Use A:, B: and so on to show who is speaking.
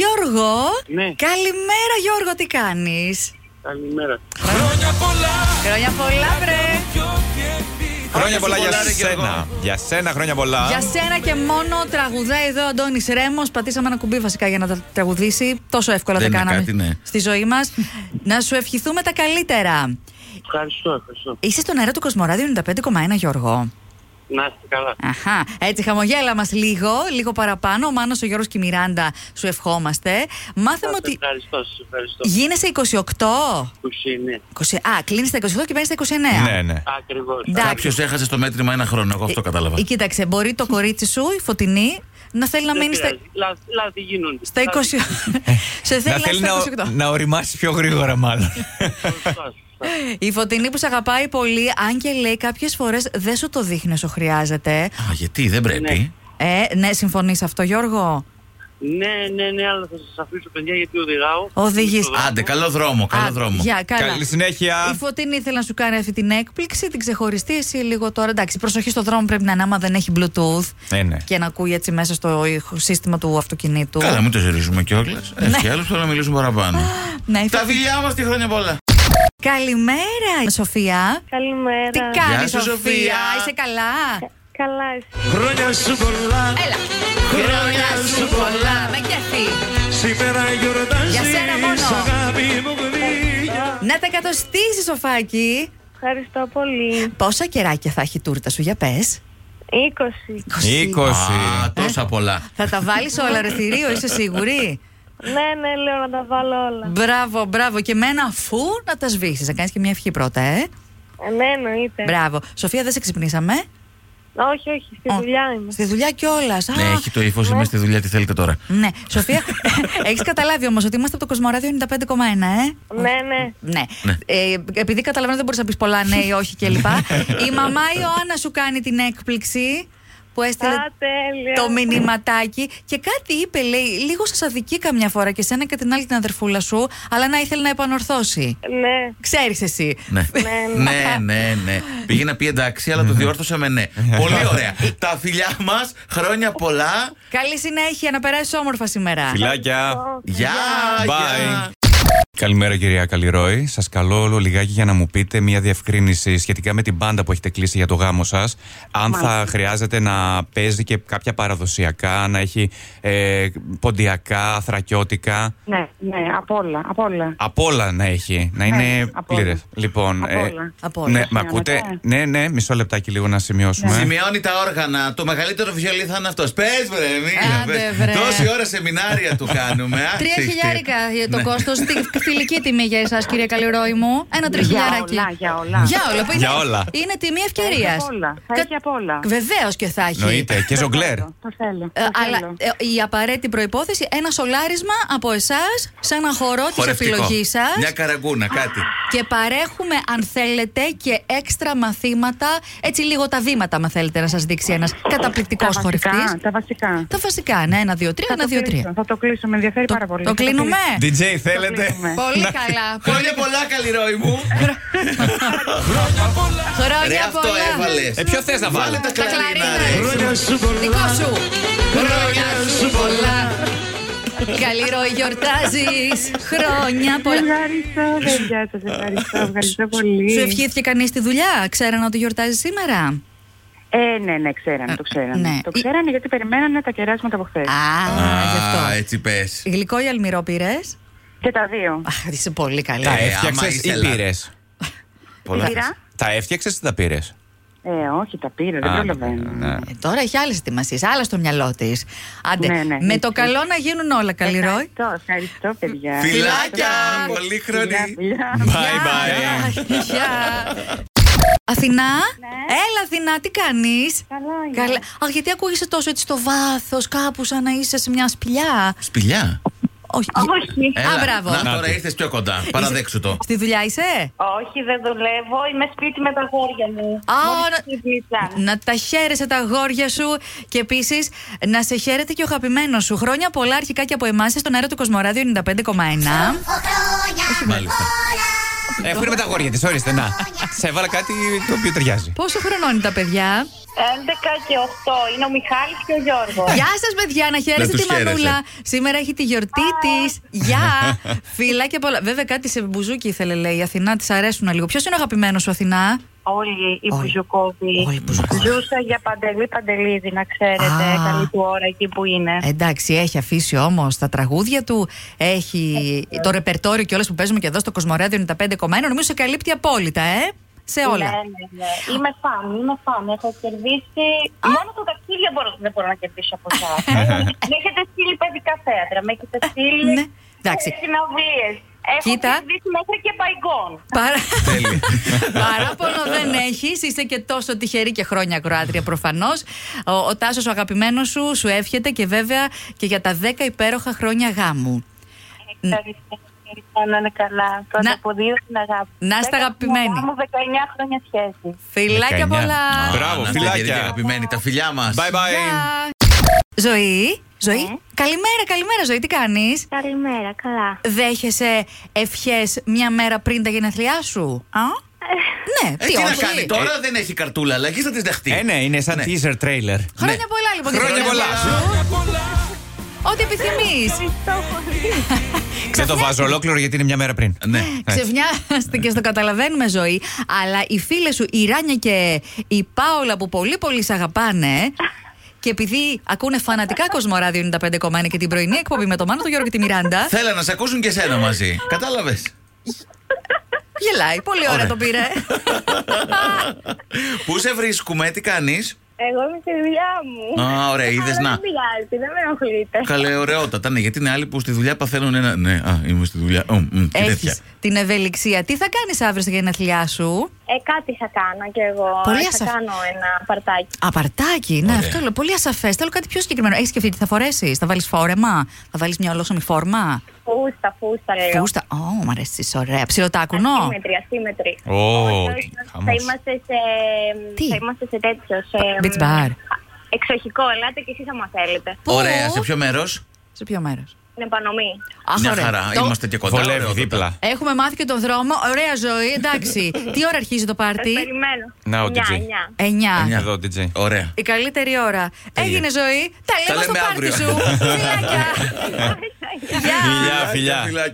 A: Γιώργο!
B: Ναι.
A: Καλημέρα, Γιώργο, τι κάνεις.
B: Καλημέρα.
C: Χρόνια πολλά!
A: Χρόνια πολλά, βρε!
C: Χρόνια πολλά
B: πολλά,
C: για
B: ρε, Γιώργο.
C: σένα. Για σένα χρόνια πολλά.
A: Για σένα και μόνο τραγουδάει εδώ ο Αντώνης Ρέμος. Πατήσαμε ένα κουμπί βασικά για να τα τραγουδήσει. Τόσο εύκολα
D: Δεν
A: τα
D: είναι
A: κάναμε
D: κάτι, ναι.
A: στη ζωή μας. να σου ευχηθούμε τα καλύτερα.
B: Ευχαριστώ, ευχαριστώ.
A: Είσαι στον αέρα του Κοσμοράδιου 95,1, Γιώργο.
B: Να είστε καλά.
A: Αχά, έτσι χαμογέλα μας λίγο, λίγο παραπάνω. Ο Μάνος, ο Γιώργος και η Μιράντα σου ευχόμαστε. Μάθαμε
B: Σας
A: ότι
B: Ευχαριστώ, σας ευχαριστώ.
A: γίνεσαι 28.
B: Που είναι
A: 20, α, κλείνεις τα 28 και παίρνει τα 29.
C: Ναι, ναι.
B: ακριβώς.
A: Ντά- Εντάξει.
D: Κάποιος έχασε στο μέτρημα ένα χρόνο. Εγώ αυτό κατάλαβα.
A: Ε, κοίταξε, μπορεί το κορίτσι σου, η φωτεινή, να θέλει να
B: Δεν
A: μείνει στα,
B: πειράζει. Λάθη- Λάθη γίνονται.
A: στα 20. σε
C: Να
A: ε, θέλει
C: θέλει
A: να
C: να,
A: είσαι στα
D: ναι.
A: 28.
C: να οριμάσει πιο γρήγορα, μάλλον.
B: Σωστά, σωστά.
A: Η φωτεινή που σε αγαπάει πολύ, αν και λέει κάποιες φορές δεν σου το δείχνει όσο χρειάζεται.
D: Α, γιατί δεν πρέπει.
A: Ε, ναι, συμφωνείς αυτό, Γιώργο.
B: Ναι, ναι, ναι, αλλά θα σας αφήσω, παιδιά, γιατί οδηγάω.
A: Οδηγείς.
B: Στο δρόμο.
D: Άντε, καλό δρόμο,
A: Α,
D: καλό δρόμο.
A: Για, καλά.
C: Καλή συνέχεια.
A: Η Φωτεινή ήθελε να σου κάνει αυτή την έκπληξη, την ξεχωριστή εσύ λίγο τώρα. Εντάξει, προσοχή στο δρόμο πρέπει να είναι άμα δεν έχει Bluetooth
D: Ε,
C: Ναι, ναι.
A: και να ακούει έτσι μέσα στο ήχο- σύστημα του αυτοκινήτου.
D: Καλά, μην το ζερίζουμε κιόλα. Έχει άλλου που να μιλήσουν παραπάνω.
A: Να η
D: Τα
A: Φω-
D: φιλιά μας τη χρόνια πολλά.
A: Καλημέρα, Σοφία.
E: Καλημέρα.
A: Τι κάνεις,
D: σου,
A: Σοφία.
D: Σοφία.
A: Είσαι καλά.
E: Καλά, εσύ.
F: Χρόνια σου πολλά,
A: Έλα.
F: Χρόνια σου πολλά.
A: Με κέφι.
F: σήμερα γιορτάζεις
A: Για σένα μόνο.
F: αγάπη μου γλυκιά
A: Να τα κατοστήσει, Σοφάκι.
E: Ευχαριστώ πολύ.
A: Πόσα κεράκια θα έχει η τούρτα σου, για πες.
E: 20.
C: 20.
D: Α, τόσα πολλά.
A: Θα τα βάλεις όλα, ρε θηρίο, είσαι σίγουρη.
E: Ναι, ναι, λέω να τα βάλω όλα.
A: Μπράβο, μπράβο. Και με ένα φου να τα σβήσεις. Να κάνεις και μια ευχή πρώτα, ε.
E: Ε, Ναι, εννοείται.
A: Μπράβο. Σοφία, δεν σε ξυπνήσαμε.
E: Όχι, όχι, στη
A: Ω,
E: δουλειά είμαι.
A: Στη δουλειά κιόλα.
D: Ναι, έχει το ύφος, είμαι στη δουλειά, τι θέλετε τώρα.
A: Ναι, Σοφία, έχεις καταλάβει όμως ότι είμαστε από το Κοσμοράδιο 95,1, ε.
E: Ναι, ναι.
A: Ναι. Ε, επειδή καταλαβαίνω δεν μπορείς να πεις πολλά ναι ή όχι κλπ. η μαμά Ιωάννα σου κάνει την έκπληξη που έστειλε
E: Α, τέλεια.
A: το μηνυματάκι και κάτι είπε, λέει, λίγο σας αδικεί καμιά φορά και σένα και την άλλη την αδερφούλα σου, αλλά να ήθελε να επανορθώσει.
E: Ναι.
A: Ξέρεις εσύ.
D: Ναι.
E: Ναι,
D: ναι, ναι, ναι. Πήγε να πει εντάξει, αλλά το διόρθωσα με ναι. Πολύ ωραία. Τα φιλιά μας, χρόνια πολλά.
A: Καλή συνέχεια, να περάσεις όμορφα σήμερα.
C: Φιλάκια.
D: Γεια!
C: Bye.
D: γεια.
C: Καλημέρα κυρία Καλλιρόη. Σας καλώ όλο λιγάκι για να μου πείτε μια διευκρίνηση σχετικά με την μπάντα που έχετε κλείσει για το γάμο σας. Αν θα χρειάζεται να παίζει και κάποια παραδοσιακά, να έχει ε, ποντιακά, αθρακιώτικα.
G: Ναι, ναι, απ' όλα, απ' όλα.
C: Απ' όλα να έχει. Να είναι
G: Ναι, απ' όλα.
C: πλήρες. Λοιπόν.
G: Απ' όλα.
A: Απ' όλα.
C: Ναι, με ακούτε.
G: Σημειώνετε?
C: Ναι, ναι, μισό λεπτάκι λίγο να σημειώσουμε.
G: Ναι.
D: Σημειώνει τα όργανα. Το μεγαλύτερο βιολί θα είναι αυτός. Πες, βρε, Εμίλια,
A: Άντε,
D: πες.
A: βρε.
D: Τόση ώρα σεμινάρια του κάνουμε.
A: Τρία
D: άχτυχτη.
A: χιλιάρικα ε, το
D: Ναι.
A: κόστος. Φιλική τιμή για εσάς, κυρία Καλλιρόη μου. Ένα τριχιλιάρακι.
G: Για όλα, για όλα.
A: Για όλα. που είναι-
C: Για όλα.
A: Είναι τιμή ευκαιρίας.
G: απ' όλα, θα έχει απ' όλα.
A: Βεβαίως και θα έχει.
C: Εννοείται. Και ζογκλέρ.
G: Το θέλω,
A: Ε,
G: το
A: αλλά
G: θέλω.
A: ε, η απαραίτητη προπόθεση, ένα σολάρισμα από εσάς σε ένα χορό της
D: Χορευτικό.
A: επιλογής σας.
D: Μια καραγκούνα, κάτι.
A: Και παρέχουμε, αν θέλετε, και έξτρα μαθήματα. Έτσι, λίγο τα βήματα, αν θέλετε, να σας δείξει ένας
G: Τα
A: καταπληκτικός
G: βασικά,
A: χορευτής.
G: Τα βασικά.
A: Τα βασικά, ναι, ένα, δύο, τρία,
G: Θα
A: ένα,
G: το
A: δύο, τρία.
G: κλείσω, Θα το κλείσω, με ενδιαφέρει
A: Το,
G: πάρα πολύ.
A: το
G: Θα
A: κλείνουμε.
C: DJ θέλετε.
G: κλείσουμε.
A: Πολύ καλά.
D: Χρόνια πολλά, καλή ροή μου. Ρε,
A: Χρόνια
D: αυτό
A: πολλά.
D: έβαλες.
C: Ε, ποιο θες να βάλω.
D: Βάλε
A: Τα
D: τα κλαρίνα, ρε.
A: κλαρίνα.
F: Χρόνια σου πολλά,
A: Δικό σου.
D: Χρόνια σου πολλά.
A: Καλή ροή γιορτάζεις. Χρόνια πολλά.
G: Ευχαριστώ, παιδιά, σας ευχαριστώ, ευχαριστώ πολύ.
A: Σου ευχήθηκε κανείς τη δουλειά, ξέρανε ότι γιορτάζεις σήμερα.
G: Ε, ναι, ναι, ξέρανε, το
A: ναι.
G: ξέρανε. Το ξέρανε γιατί περιμένανε τα κεράσματα από χθες.
A: Α, γι'
D: Α,
A: αυτό.
D: έτσι πες.
A: Γλυκό ή αλμυρό πήρες.
G: Και τα δύο.
A: Αχ, είσαι πολύ καλή.
C: Τα
D: Ε,
C: έφτιαξες
D: άμα
C: ή
D: ήθελα.
C: πήρες.
G: Πήρα.
C: Τα έφτιαξες ή τα ναι, πήρες.
G: Ε, όχι, τα πήρα, δεν προλαβαίνω.
A: Ε, τώρα έχει άλλες ετοιμασίες, άλλα στο μυαλό της. Άντε,
G: Ναι, ναι,
A: με
G: έτσι.
A: το καλό να γίνουν όλα, καλή
E: Ε,
A: ροή.
G: Ευχαριστώ, ευχαριστώ, παιδιά.
D: Φιλάκια, πολύ χρονή.
G: Φιλιά.
C: Bye bye.
A: Γεια, γεια. Αθηνά, έλα Αθηνά, τι κάνεις.
G: Καλά είμαι.
A: Καλά. Αχ, γιατί ακούγεσαι τόσο έτσι στο βάθος, κάπου σαν να είσαι σε μια σπηλιά.
D: Σπηλιά.
A: Όχι.
E: Όχι.
A: Α, μπράβο.
D: Να, τώρα ήρθες πιο κοντά. Παραδέξου το.
A: Στη δουλειά είσαι.
E: Όχι, δεν δουλεύω. Είμαι σπίτι με τα γόρια μου.
A: Α,
E: Μόλις
A: να-
E: ξύπνησα.
A: Να τα χαίρεσαι τα γόρια σου και επίσης να σε χαίρεται και ο αγαπημένος σου. Χρόνια πολλά αρχικά και από εμάς στον αέρα του Κοσμοράδιο 95,1.
D: Μάλιστα.
C: Ε, Έχουν με τα γόρια της, ορίστε να. Σε έβαλα κάτι το οποίο ταιριάζει.
A: Πόσο χρονών είναι τα παιδιά.
E: 11 και 8. Είναι ο Μιχάλης και ο Γιώργος.
A: Γεια σας, παιδιά, να χαίρεστε
D: Ε. τους
A: τη μανούλα.
D: χαίρεσαι.
A: Σήμερα έχει τη γιορτή της. Γεια! Φίλα και πολλά. Βέβαια, κάτι σε μπουζούκι ήθελε, λέει η Αθηνά. Της αρέσουν λίγο. Ποιος είναι ο αγαπημένος σου, Αθηνά.
E: Όλοι οι
A: Όλοι.
E: Μπουζουκόβοι.
A: Όλοι οι Μπουζουκόβοι.
E: Ζούσα για παντελή παντελίδη, να ξέρετε.
A: Α.
E: Καλή του ώρα εκεί που είναι.
A: Εντάξει, έχει αφήσει όμως τα τραγούδια του. Έχει το ρεπερτόριο και όλε που παίζουμε και εδώ στο Κοσμοράδιο 95,1. Νομίζω σε καλύπτει απόλυτα, ε! Σε όλα.
E: Ναι, ναι, ναι. Είμαι φαν, είμαι φαν. Έχω κερδίσει. Μόνο το ταξίδι δεν μπορώ, δεν μπορώ να κερδίσω από εσάς. με έχετε στείλει παιδικά θέατρα, με έχετε στείλει.
A: Ναι. Εντάξει.
E: Συναυλίε. Έχω
A: Κοίτα.
E: κερδίσει μέχρι και παϊγκόν.
A: Παρά... Παράπονο δεν έχεις. Είστε και τόσο τυχερή και χρόνια ακροάτρια προφανώς. Ο, ο Τάσος, ο αγαπημένος σου, σου εύχεται και βέβαια και για τα 10 υπέροχα χρόνια γάμου.
E: Ευχαριστώ. Ευχαριστώ να είναι καλά. Πρώτα
A: Να-
E: από δύο την αγάπη.
A: Να είστε
E: Δέκα
A: αγαπημένοι.
E: χρόνια Μου 19 χρόνια σχέση.
A: Φιλάκια
C: 19.
A: πολλά.
C: Μπράβο,
D: Να είστε
C: φιλάκια.
D: γεροί και αγαπημένοι, τα φιλιά μας.
C: Bye bye.
A: Γεια. Ζωή, ζωή. Καλημέρα, καλημέρα, ζωή. Τι κάνεις.
H: Καλημέρα, καλά.
A: Δέχεσαι ευχές μια μέρα πριν τα γενέθλιά σου. Α? ναι,
D: Ε,
A: τι
D: τι να
A: όχι.
D: κάνει τώρα, δεν έχει καρτούλα, αλλά εκεί θα τη δεχτεί.
C: Ε, ναι, είναι σαν teaser trailer.
A: Χρόνια
D: Ναι.
A: πολλά λοιπόν. για
C: Χρόνια
A: τα
C: πολλά.
A: γενέθλιά σου. Ό,τι επιθυμείς.
C: Δεν το βάζω ολόκληρο γιατί είναι μια μέρα πριν.
D: Ναι.
A: Ξευνιάστε και στο καταλαβαίνουμε ζωή. Αλλά οι φίλες σου, η Ράνια και η Πάολα που πολύ πολύ σε αγαπάνε. Και επειδή ακούνε φανατικά Κοσμοράδιο 95,1 και την πρωινή εκπομπή με το Μάνο, τον Γιώργο και τη Μιράντα.
D: Θέλα να σε ακούσουν και σένα μαζί. Κατάλαβες.
A: Γελάει. Πολύ ώρα
D: Ωραία.
A: το πήρε.
D: Πού σε βρίσκουμε, τι κάνεις.
H: Εγώ είμαι στη δουλειά μου.
D: Α, ωραία, είδε
H: Αλλά
D: να.
H: Δεν πειράζει, δεν με ενοχλείτε.
D: Καλέ, ωραιότατα. Ναι, γιατί είναι άλλοι που στη δουλειά παθαίνουν ένα. Ναι, α, είμαι στη δουλειά. Ω, μ, και τέτοια.
A: Έχει την ευελιξία. Τι θα κάνεις αύριο στα γενέθλιά σου.
H: Ε, κάτι θα κάνω κι εγώ.
E: Ε,
A: Πολύ
H: θα
A: ασαφ-
H: κάνω ένα παρτάκι.
A: Απαρτάκι, ναι, αυτό λέω. Πολύ ασαφές. Θέλω κάτι πιο συγκεκριμένο. Έχεις σκεφτεί τι θα φορέσεις, θα βάλεις φόρεμα, θα βάλεις μια ολόσωμη φόρμα.
H: Φούστα, φούστα λέω.
A: Φούστα. Ω, μου αρέσει, ωραία. Ψιλοτάκουνο.
H: Ασύμετρη, ασύμετρη.
C: Ω,
H: Όχι, όχι, Θα
C: χαμός.
H: είμαστε σε.
A: Τι?
H: Θα είμαστε σε τέτοιος. Σε,
A: Beach bar.
H: Εξοχικό, ελάτε κι εσείς άμα θέλετε.
A: Πού?
D: Ωραία, σε ποιο μέρος.
A: Σε ποιο μέρος.
H: Είναι επανομή.
D: Μια χαρά, είμαστε και κοντά.
C: Βολεύει
D: ωραιότατα.
C: δίπλα.
A: Έχουμε μάθει και τον δρόμο. Ωραία ζωή, εντάξει. Τι ώρα αρχίζει το
H: Σας
E: Ε,
A: πάρτι,
H: περιμένω.
C: Να, ο
H: Νιά,
C: DJ.
H: νιά.
A: 9.
D: Εννιά.
C: Εδώ, DJ.
D: Ωραία.
A: Η καλύτερη ώρα. Έγινε ζωή. Τα λέμε
D: Τα
A: στο
D: λέμε
A: πάρτι
D: αύριο.
A: Ε. σου. Φιλάκια. Γεια.
C: Φιλιά, φιλιά.
D: Φιλάκια.